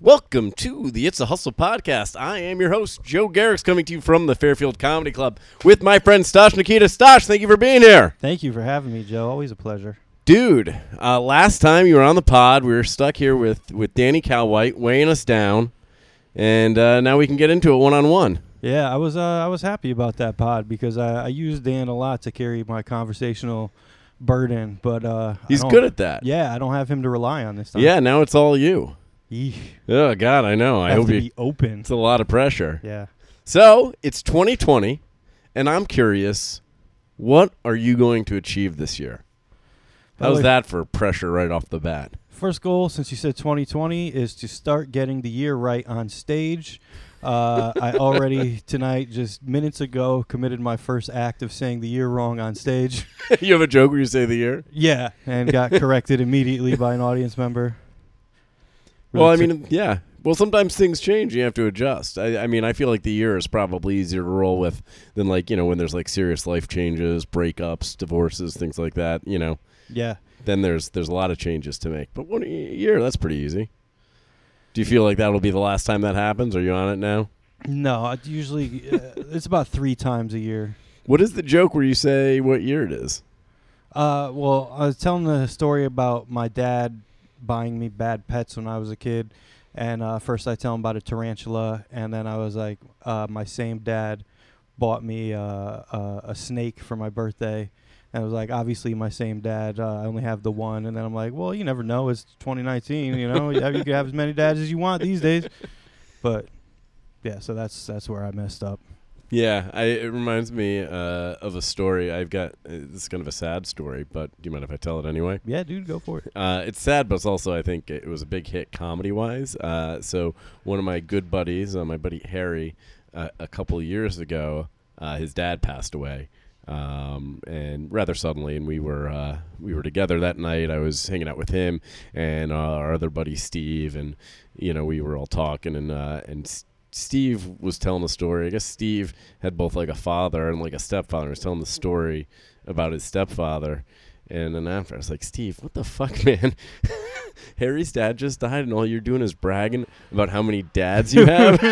Welcome to the It's a Hustle podcast. I am your host, Joe Garrix, coming to you from the Fairfield Comedy Club with my friend Stosh Nikita. Stosh, thank you for being here. Thank you for having me, Joe. Always a pleasure. Dude, uh, last time you were on the pod, we were stuck here with, with Danny Cowwhite weighing us down, and uh, now we can get into it one on one. Yeah, I was uh, I was happy about that pod because I, I use Dan a lot to carry my conversational burden, but uh, I He's don't- good at that. Yeah, I don't have him to rely on this time. Yeah, now it's all you. Yeesh. Oh, God, I know. I have hope to you. be open. It's a lot of pressure. Yeah. So it's 2020, and I'm curious, what are you going to achieve this year? By the How's way, that for pressure right off the bat? First goal, since you said 2020, is to start getting the year right on stage. Uh, I already tonight, just minutes ago, committed my first act of saying the year wrong on stage. you have a joke where you say the year? Yeah, and got corrected immediately by an audience member. Well, I Really mean, yeah. Well, sometimes things change. You have to adjust. I, I mean, I feel like the year is probably easier to roll with than like you know when there's like serious life changes, breakups, divorces, things like that. You know, Yeah. then there's there's a lot of changes to make. But one y- year, that's pretty easy. Do you feel like that'll be the last time that happens? Are you on it now? No, I usually uh, it's about three times a year. What is the joke where you say what year it is? Uh, well, I was telling the story about my dad buying me bad pets when I was a kid, and uh, first I tell him about a tarantula, and then I was like, uh, my same dad bought me uh, uh, a snake for my birthday, and I was like, obviously my same dad. Uh, I only have the one, and then I'm like, well, you never know. It's 2019, you know. Yeah, you can have as many dads as you want these days, but yeah. So that's that's where I messed up. Yeah, I, it reminds me uh, of a story I've got. uh, This is kind of a sad story, but do you mind if I tell it anyway? Yeah, dude, go for it. Uh, it's sad, but it's also I think it was a big hit comedy wise. Uh, so one of my good buddies, uh, my buddy Harry, uh, a couple of years ago, uh, his dad passed away, um, and rather suddenly. And we were uh, we were together that night. I was hanging out with him and uh, our other buddy Steve, and you know we were all talking and uh, and. S- Steve was telling the story. I guess Steve had both like a father and like a stepfather. He was telling the story about his stepfather, and then after, I was like, Steve, what the fuck, man? Harry's dad just died, and all you're doing is bragging about how many dads you have.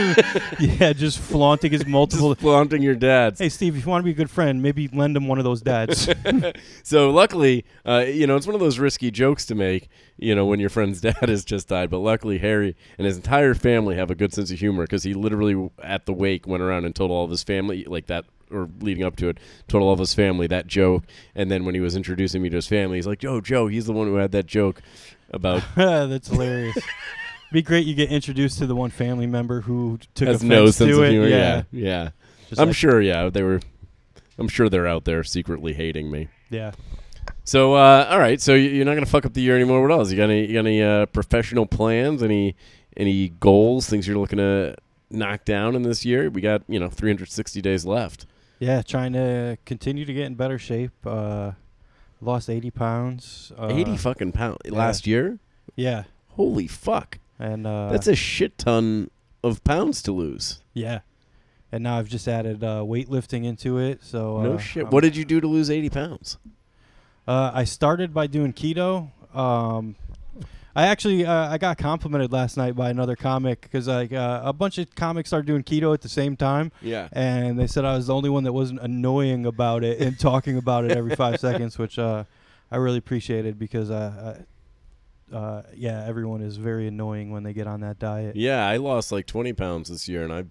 yeah, just flaunting his multiple. just flaunting your dads. hey, Steve, if you want to be a good friend, maybe lend him one of those dads. So, luckily, uh, you know, it's one of those risky jokes to make, you know, when your friend's dad has just died. But luckily, Harry and his entire family have a good sense of humor because he literally, at the wake, went around and told all of his family, like that, or leading up to it, told all of his family that joke. And then when he was introducing me to his family, he's like, Yo, Joe, he's the one who had that joke about That's hilarious. be great you get introduced to the one family member who took has offense no sense to of it. humor. yeah, Yeah, yeah. Just I'm like- sure. Yeah, they were. I'm sure they're out there secretly hating me. Yeah, So, uh, all right. So you- you're not gonna fuck up the year anymore. What else? You got any? You got any uh, professional plans? Any any goals? Things you're looking to knock down in this year? We got you know 360 days left. yeah. Trying to continue to get in better shape. Uh, lost 80 pounds. Uh, 80 fucking pound last year. Yeah, Holy fuck! and uh, That's a shit ton of pounds to lose. yeah. And now I've just added uh, weightlifting into it. So uh, no shit. I'm- what did you do to lose 80 pounds? Uh, I started by doing keto. Um, I actually uh, I got complimented last night by another comic because like uh, a bunch of comics started doing keto at the same time, Yeah. and they said I was the only one that wasn't annoying about it and talking about it every five seconds, which uh, I really appreciated because uh, I, uh, yeah, everyone is very annoying when they get on that diet. Yeah, I lost like 20 pounds this year, and I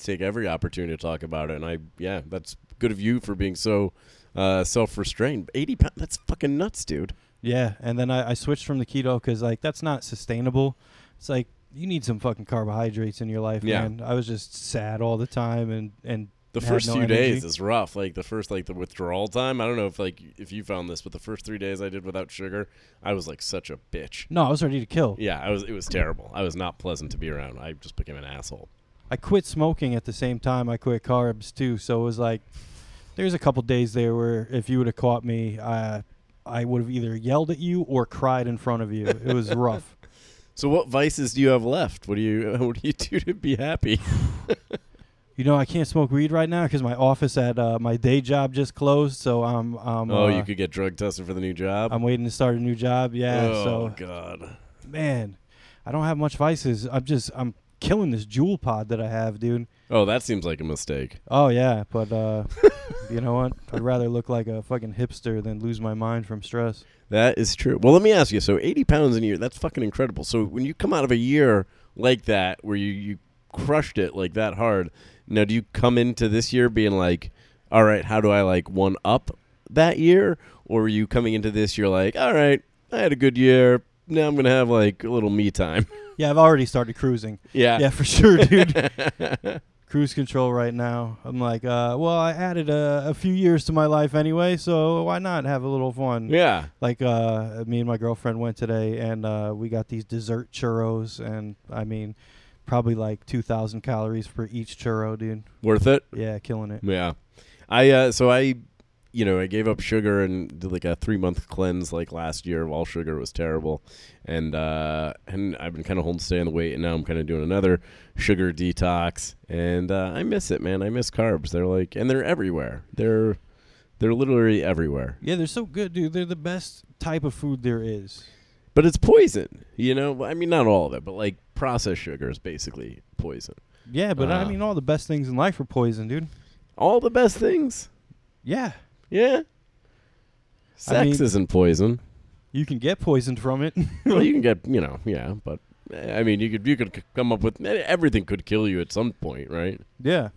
take every opportunity to talk about it. And I, yeah, that's good of you for being so uh, self-restrained. 80 pounds, that's fucking nuts, dude. Yeah, and then I, I switched from the keto because like that's not sustainable. It's like you need some fucking carbohydrates in your life, Yeah. man. I was just sad all the time, and and The Had first no few energy. days is rough. Like the first, like the withdrawal time. I don't know if like if you found this, but the first three days I did without sugar, I was like such a bitch. no, I was ready to kill. Yeah, I was. It was terrible. I was not pleasant to be around. I just became an asshole. I quit smoking at the same time I quit carbs too, so it was like there's a couple days there where if you would have caught me, I I would have either yelled at you or cried in front of you. It was rough. So, what vices do you have left? What do you What do you do to be happy? You know, I can't smoke weed right now because my office at uh, my day job just closed, so I'm I'm oh, uh, you could get drug tested for the new job. I'm waiting to start a new job. Yeah, oh so God. man I don't have much vices. I'm just I'm killing this jewel pod that I have, dude. Oh, that seems like a mistake. Oh yeah, but uh, you know what? I'd rather look like a fucking hipster than lose my mind from stress. That is true. Well, let me ask you. So, 80 pounds in a year, that's fucking incredible. So, when you come out of a year like that, where you, you crushed it like that hard, now do you come into this year being like, all right, how do I like one up that year? Or are you coming into this year like, all right, I had a good year. Now I'm going to have like a little me time. Yeah, I've already started cruising. yeah. Yeah, for sure, dude. Cruise control right now. I'm like, uh, well, I added a, a few years to my life anyway, so why not have a little fun? Yeah. Like, uh, me and my girlfriend went today, and uh, we got these dessert churros, and I mean, probably like 2,000 calories for each churro, dude. Worth it. Yeah, killing it. Yeah. I uh so I you know, I gave up sugar and did like a 3 month cleanse like last year. All sugar was terrible. And uh and I've been kind of holding stay on the weight and now I'm kind of doing another sugar detox and uh I miss it, man. I miss carbs. They're like and they're everywhere. They're they're literally everywhere. Yeah, they're so good, dude. They're the best type of food there is. But it's poison, you know? I mean not all of it, but like processed sugar is basically poison. Yeah, but I Uh. mean, all the best things in life are poison, dude. All the best things. Yeah, Yeah. Sex I mean- isn't poison. you can get poisoned from it. well, you can get, you know, yeah, but eh, I mean, you could you could c- come up with eh, everything could kill you at some point, right? yeah.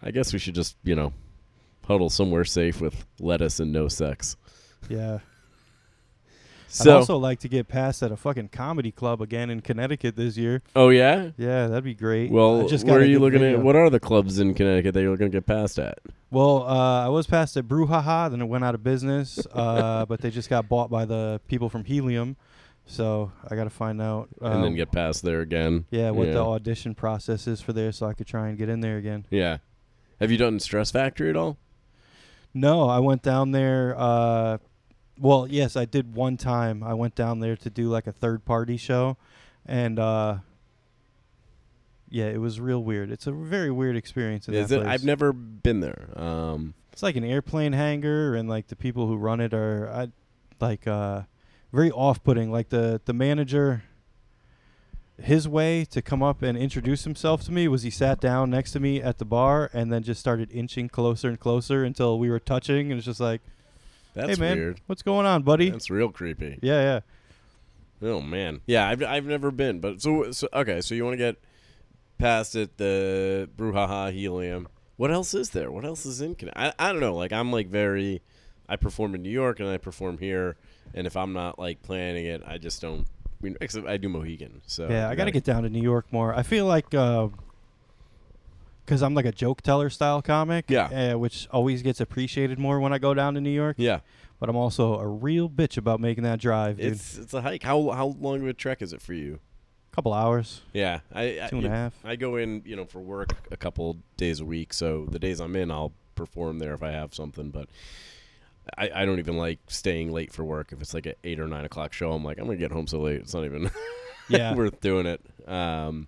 I guess we should just, you know, huddle somewhere safe with lettuce and no sex. Yeah. I'd So, also like to get passed at a fucking comedy club again in Connecticut this year. oh yeah. Yeah, that'd be great. Well, I where got are a you good looking video. at? What are the clubs in Connecticut that you're going to get passed at? Well, uh, I was passed at Brouhaha, then it went out of business, uh, but they just got bought by the people from Helium, so I got to find out. and um, then get passed there again. yeah, what yeah. the audition process is for there, so I could try and get in there again. Yeah. Have you done Stress Factory at all? No, I went down there. Uh, well, yes, I did one time. I went down there to do like a third party show, and uh, yeah, it was real weird. It's a very weird experience. In Is that it? place. I've never been there. Um, It's like an airplane hangar, and like the people who run it are I, like uh, very off-putting. Like the the manager. His way to come up and introduce himself to me was he sat down next to me at the bar and then just started inching closer and closer until we were touching, and it's just like. that's hey man, weird. what's going on, buddy? That's real creepy. yeah, yeah. Oh man, yeah, I've I've never been, but so, so okay, so you want to get past it, the brouhaha helium. What else is there? What else is in? Conne- I I don't know. Like I'm like very, I perform in New York and I perform here, and if I'm not like planning it, I just don't. I mean, except I do Mohegan, so yeah, I got to like- get down to New York more. I feel like because I'm like a joke teller style comic, Yeah. uh, which always gets appreciated more when I go down to New York. Yeah, But I'm also a real bitch about making that drive, dude. it's it's a hike. How how long of a trek is it for you? couple hours, Yeah, I I, two and a you- half. I go in, you know, for work a couple days a week. So the days I'm in, I'll perform there if I have something. But I, I don't even like staying late for work. If it's like an eight or nine o'clock show, I'm like, I'm gonna get home so late. It's not even Yeah, worth doing it. Um,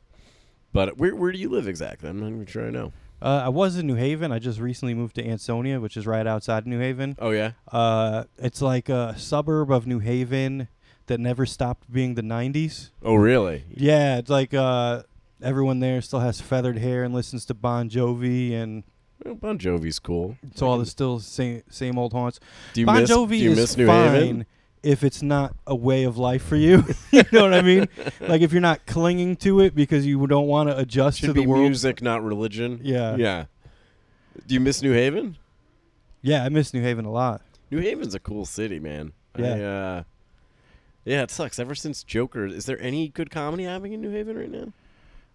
but where where do you live exactly? I'm not even sure I know. uh, I was in New Haven. I just recently moved to Ansonia, which is right outside New Haven. Oh yeah, Uh, it's like a suburb of New Haven that never stopped being the '90s. oh really? Yeah, it's like uh, everyone there still has feathered hair and listens to Bon Jovi, and Well, Bon Jovi's cool. it's all the still same same old haunts. Do you bon miss Jovi do you is miss New fine Haven? if it's not a way of life for you. you know what I mean? Like if you're not clinging to it because you don't want to adjust Should to the be world. music, not religion. Yeah. yeah. Do you miss New Haven? Yeah, I miss New Haven a lot. New Haven's a cool city, man. Yeah. I, uh, yeah, it sucks. Ever since Joker, is there any good comedy happening in New Haven right now?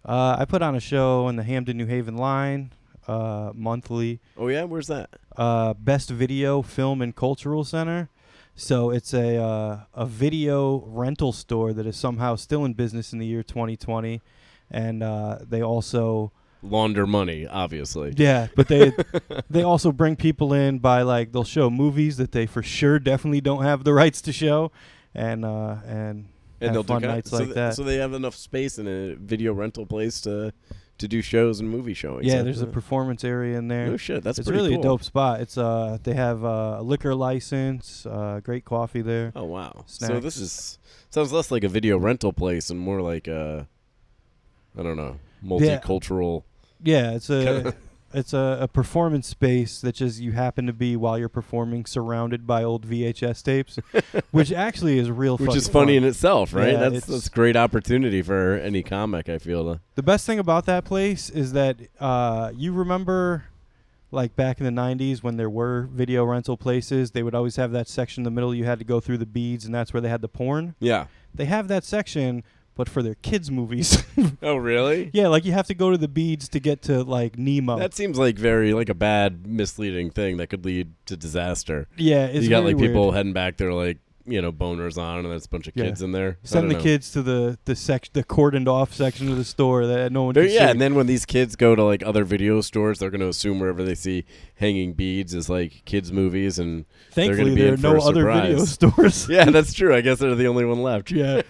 Uh, I put on a show in the Hamden New Haven line uh, monthly. Oh yeah, where's that? uh, Best Video Film and Cultural Center. So it's a uh, a video rental store that is somehow still in business in the year 2020, and uh, they also Launder money, obviously. yeah, but they they also bring people in by like they'll show movies that they for sure definitely don't have the rights to show, and uh, and have fun co- nights so like th- that. So they have enough space in a video rental place to to do shows and movie showings. yeah, Huh? there's a performance area in there. no shit. That's it's pretty really cool. a dope spot. It's uh they have uh, a liquor license, uh, great coffee there. Oh wow! So Snacks. this is sounds less like a video rental place and more like a, I don't know, multicultural. Yeah, it's a it's a, a performance space that just you happen to be while you're performing, surrounded by old VHS tapes, which actually is real. Which is fucking funny fun. in itself, right? Yeah, that's it's- that's a great opportunity for any comic. I feel. To, The best thing about that place is that uh, you remember, like back in the '90s when there were video rental places, they would always have that section in the middle. You had to go through the beads, and that's where they had the porn. yeah. They have that section, but for their kids' movies. Oh really? yeah, like you have to go to the beads to get to like Nemo. That seems like very like a bad misleading thing that could lead to disaster. yeah, it's you got very like weird. people heading back, they're like you know boners on, and there's a bunch of Yeah. kids in there. I don't Send the know. kids to the the sec- the cordoned off section of the store that no one They're- can yeah, see. and then when these kids go to like other video stores, they're going to assume wherever they see hanging beads is like kids' movies, and they're gonna Thankfully, be there are in for no a other video surprise. stores. yeah, that's true. I guess they're the only one left. yeah.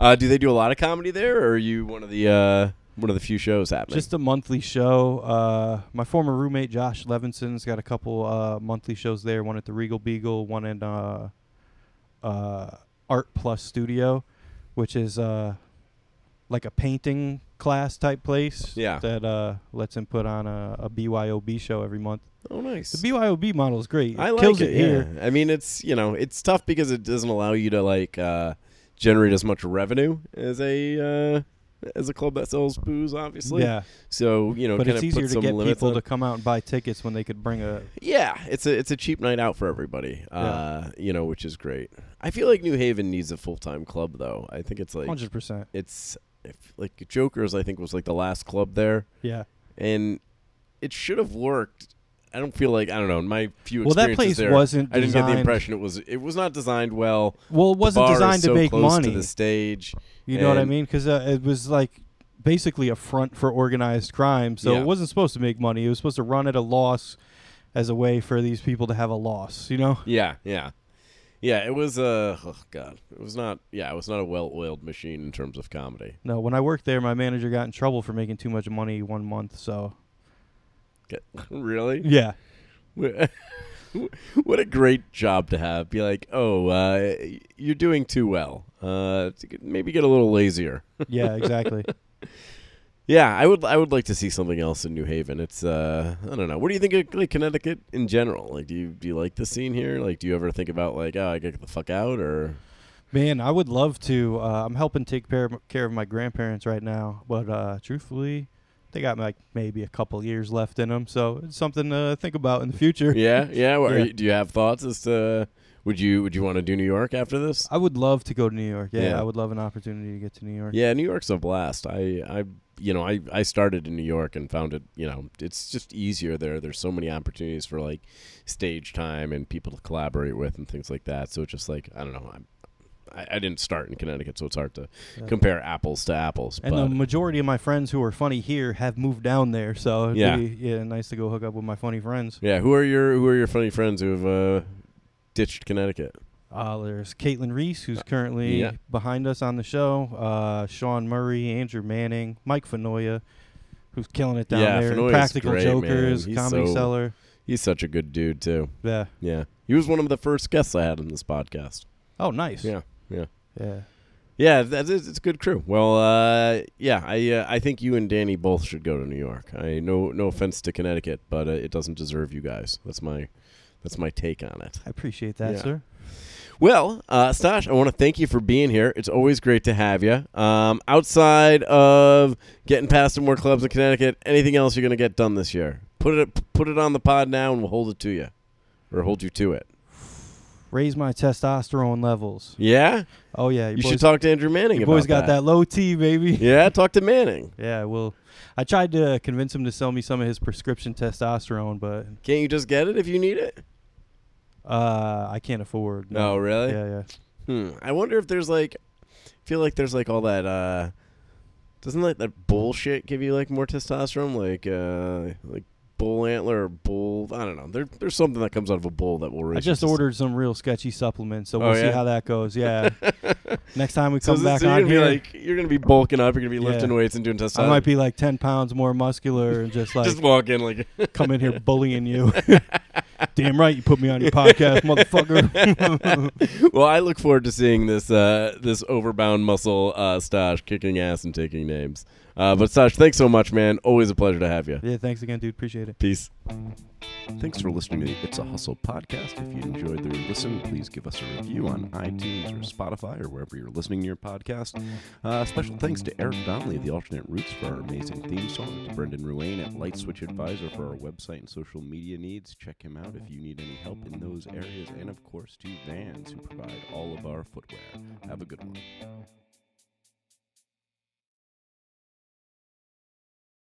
Uh, do they do a lot of comedy there, or are you one of the uh, one of the few shows happening? Just a monthly show. Uh, my former roommate Josh Levinson's got a couple uh, monthly shows there. One at the Regal Beagle, one in uh, uh, Art Plus Studio, which is uh, like a painting class type place. Yeah. That uh, lets him put on a, a BYOB show every month. oh, nice. The BYOB model is great. It I like kills it, it, here. yeah. I mean, it's you know, it's tough because it doesn't allow you to like uh, generate as much revenue as a uh, as a club that sells booze, obviously. yeah. So you know, but kinda it's easier put to some get limits people on- to come out and buy tickets when they could bring a. Yeah, it's a it's a cheap night out for everybody. Uh, you know, which is great. I feel like New Haven needs a full time club though. I think it's like Hundred percent. it's if, like Joker's. I think was like the last club there, Yeah. and it should have worked. I don't feel like I don't know. In my few Well, that experiences place there, wasn't. I didn't get the designed- impression it was it was not designed well. Well, it wasn't the bar designed is to so make close money. to the stage. You know what I And- mean? Because uh, it was like basically a front for organized crime. So Yeah. it wasn't supposed to make money. It was supposed to run at a loss as a way for these people to have a loss. You know? Yeah, yeah. Yeah, it was uh oh god. It was not yeah, it was not a well oiled machine in terms of comedy. No. When I worked there, my manager got in trouble for making too much money one month. So really? yeah, what a great job to have. Be like, oh, uh, you're doing too well. Uh, to get- maybe get a little lazier. yeah, exactly. Yeah, I would. I would like to see something else in New Haven. It's. Uh, I don't know. What do you think of like Connecticut in general? Like, do you do you like the scene here? Like, do you ever think about like, oh, I gotta get the fuck out? Or Man, I would love to. Uh, I'm helping take care of, care of my grandparents right now, but uh, truthfully, they got like maybe a couple years left in them, so it's something to think about in the future. yeah, yeah. Or Yeah. You, do you have thoughts as to would you would you want to do New York after this? I would love to go to New York. Yeah, Yeah. I would love an opportunity to get to New York. Yeah, New York's a blast. I, I, you know, I, I started in New York and found it. You know, it's just easier there. There's so many opportunities for like stage time and people to collaborate with and things like that. So it's just like I don't know. I'm, I, I didn't start in Connecticut, so it's hard to Yeah. compare apples to apples. Uh, And but the majority of my friends who are funny here have moved down there, so it'd Yeah. be yeah, nice to go hook up with my funny friends. yeah, who are your who are your funny friends who have uh, ditched Connecticut? Uh, there's Caitlin Reese, who's currently yeah. behind us on the show. Uh, Sean Murray, Andrew Manning, Mike Fenoya, who's killing it down Yeah, there. Fenoya's Practical great, man. Jokers, He's Comedy so- Cellar. He's such a good dude too. Yeah. Yeah, he was one of the first guests I had on this podcast. Oh, nice. Yeah, yeah. Yeah. Yeah, that is it's a good crew. Well, uh, yeah, I uh, I think you and Danny both should go to New York. I no no offense to Connecticut, but uh, it doesn't deserve you guys. That's my that's my take on it. I appreciate that, Yeah. sir. Well, uh, Stash, I want to thank you for being here. It's always great to have you. Um, outside of getting past some more clubs in Connecticut, anything else you're gonna get done this year? Put it put it on the pod now, and we'll hold it to you, or hold you to it. Raise my testosterone levels. Yeah, Oh yeah, your you boys, should talk to Andrew Manning. your about boys got that. low T, baby. Yeah, talk to Manning. Yeah, well, I tried to convince him to sell me some of his prescription testosterone, but Can't you just get it if you need it? uh, I can't afford. No, really? Yeah, yeah. Hmm. I wonder if there's like, feel like there's like all that. uh Doesn't like that bullshit give you like more testosterone? Like, uh like bull antler or bull. I don't know. There, there's something that comes out of a bull that will. I raise just your testo- ordered some real sketchy supplements, so Oh, we'll see yeah? how that goes. Yeah. Next time we So, come is this- back so you're on gonna be here, like you're gonna be bulking up. You're gonna be Yeah. lifting weights and doing testosterone. I might be like ten pounds more muscular and just like just walk in like come in here bullying you. Damn right, you put me on your podcast, motherfucker. well, I look forward to seeing this uh, this overbound muscle uh, Stash kicking ass and taking names. Uh, but Stash, thanks so much, man. Always a pleasure to have you. yeah, thanks again, dude. Appreciate it. Peace. Thanks for listening to the It's a Hustle podcast. If you enjoyed the listen, please give us a review on iTunes or Spotify or wherever you're listening to your podcast. Uh, special thanks to Eric Donnelly of the Alternate Roots for our amazing theme song, to Brendan Ruane at Light Switch Advisor for our website and social media needs. Check him out if you need any help in those areas, and of course to Vans who provide all of our footwear. Have a good one.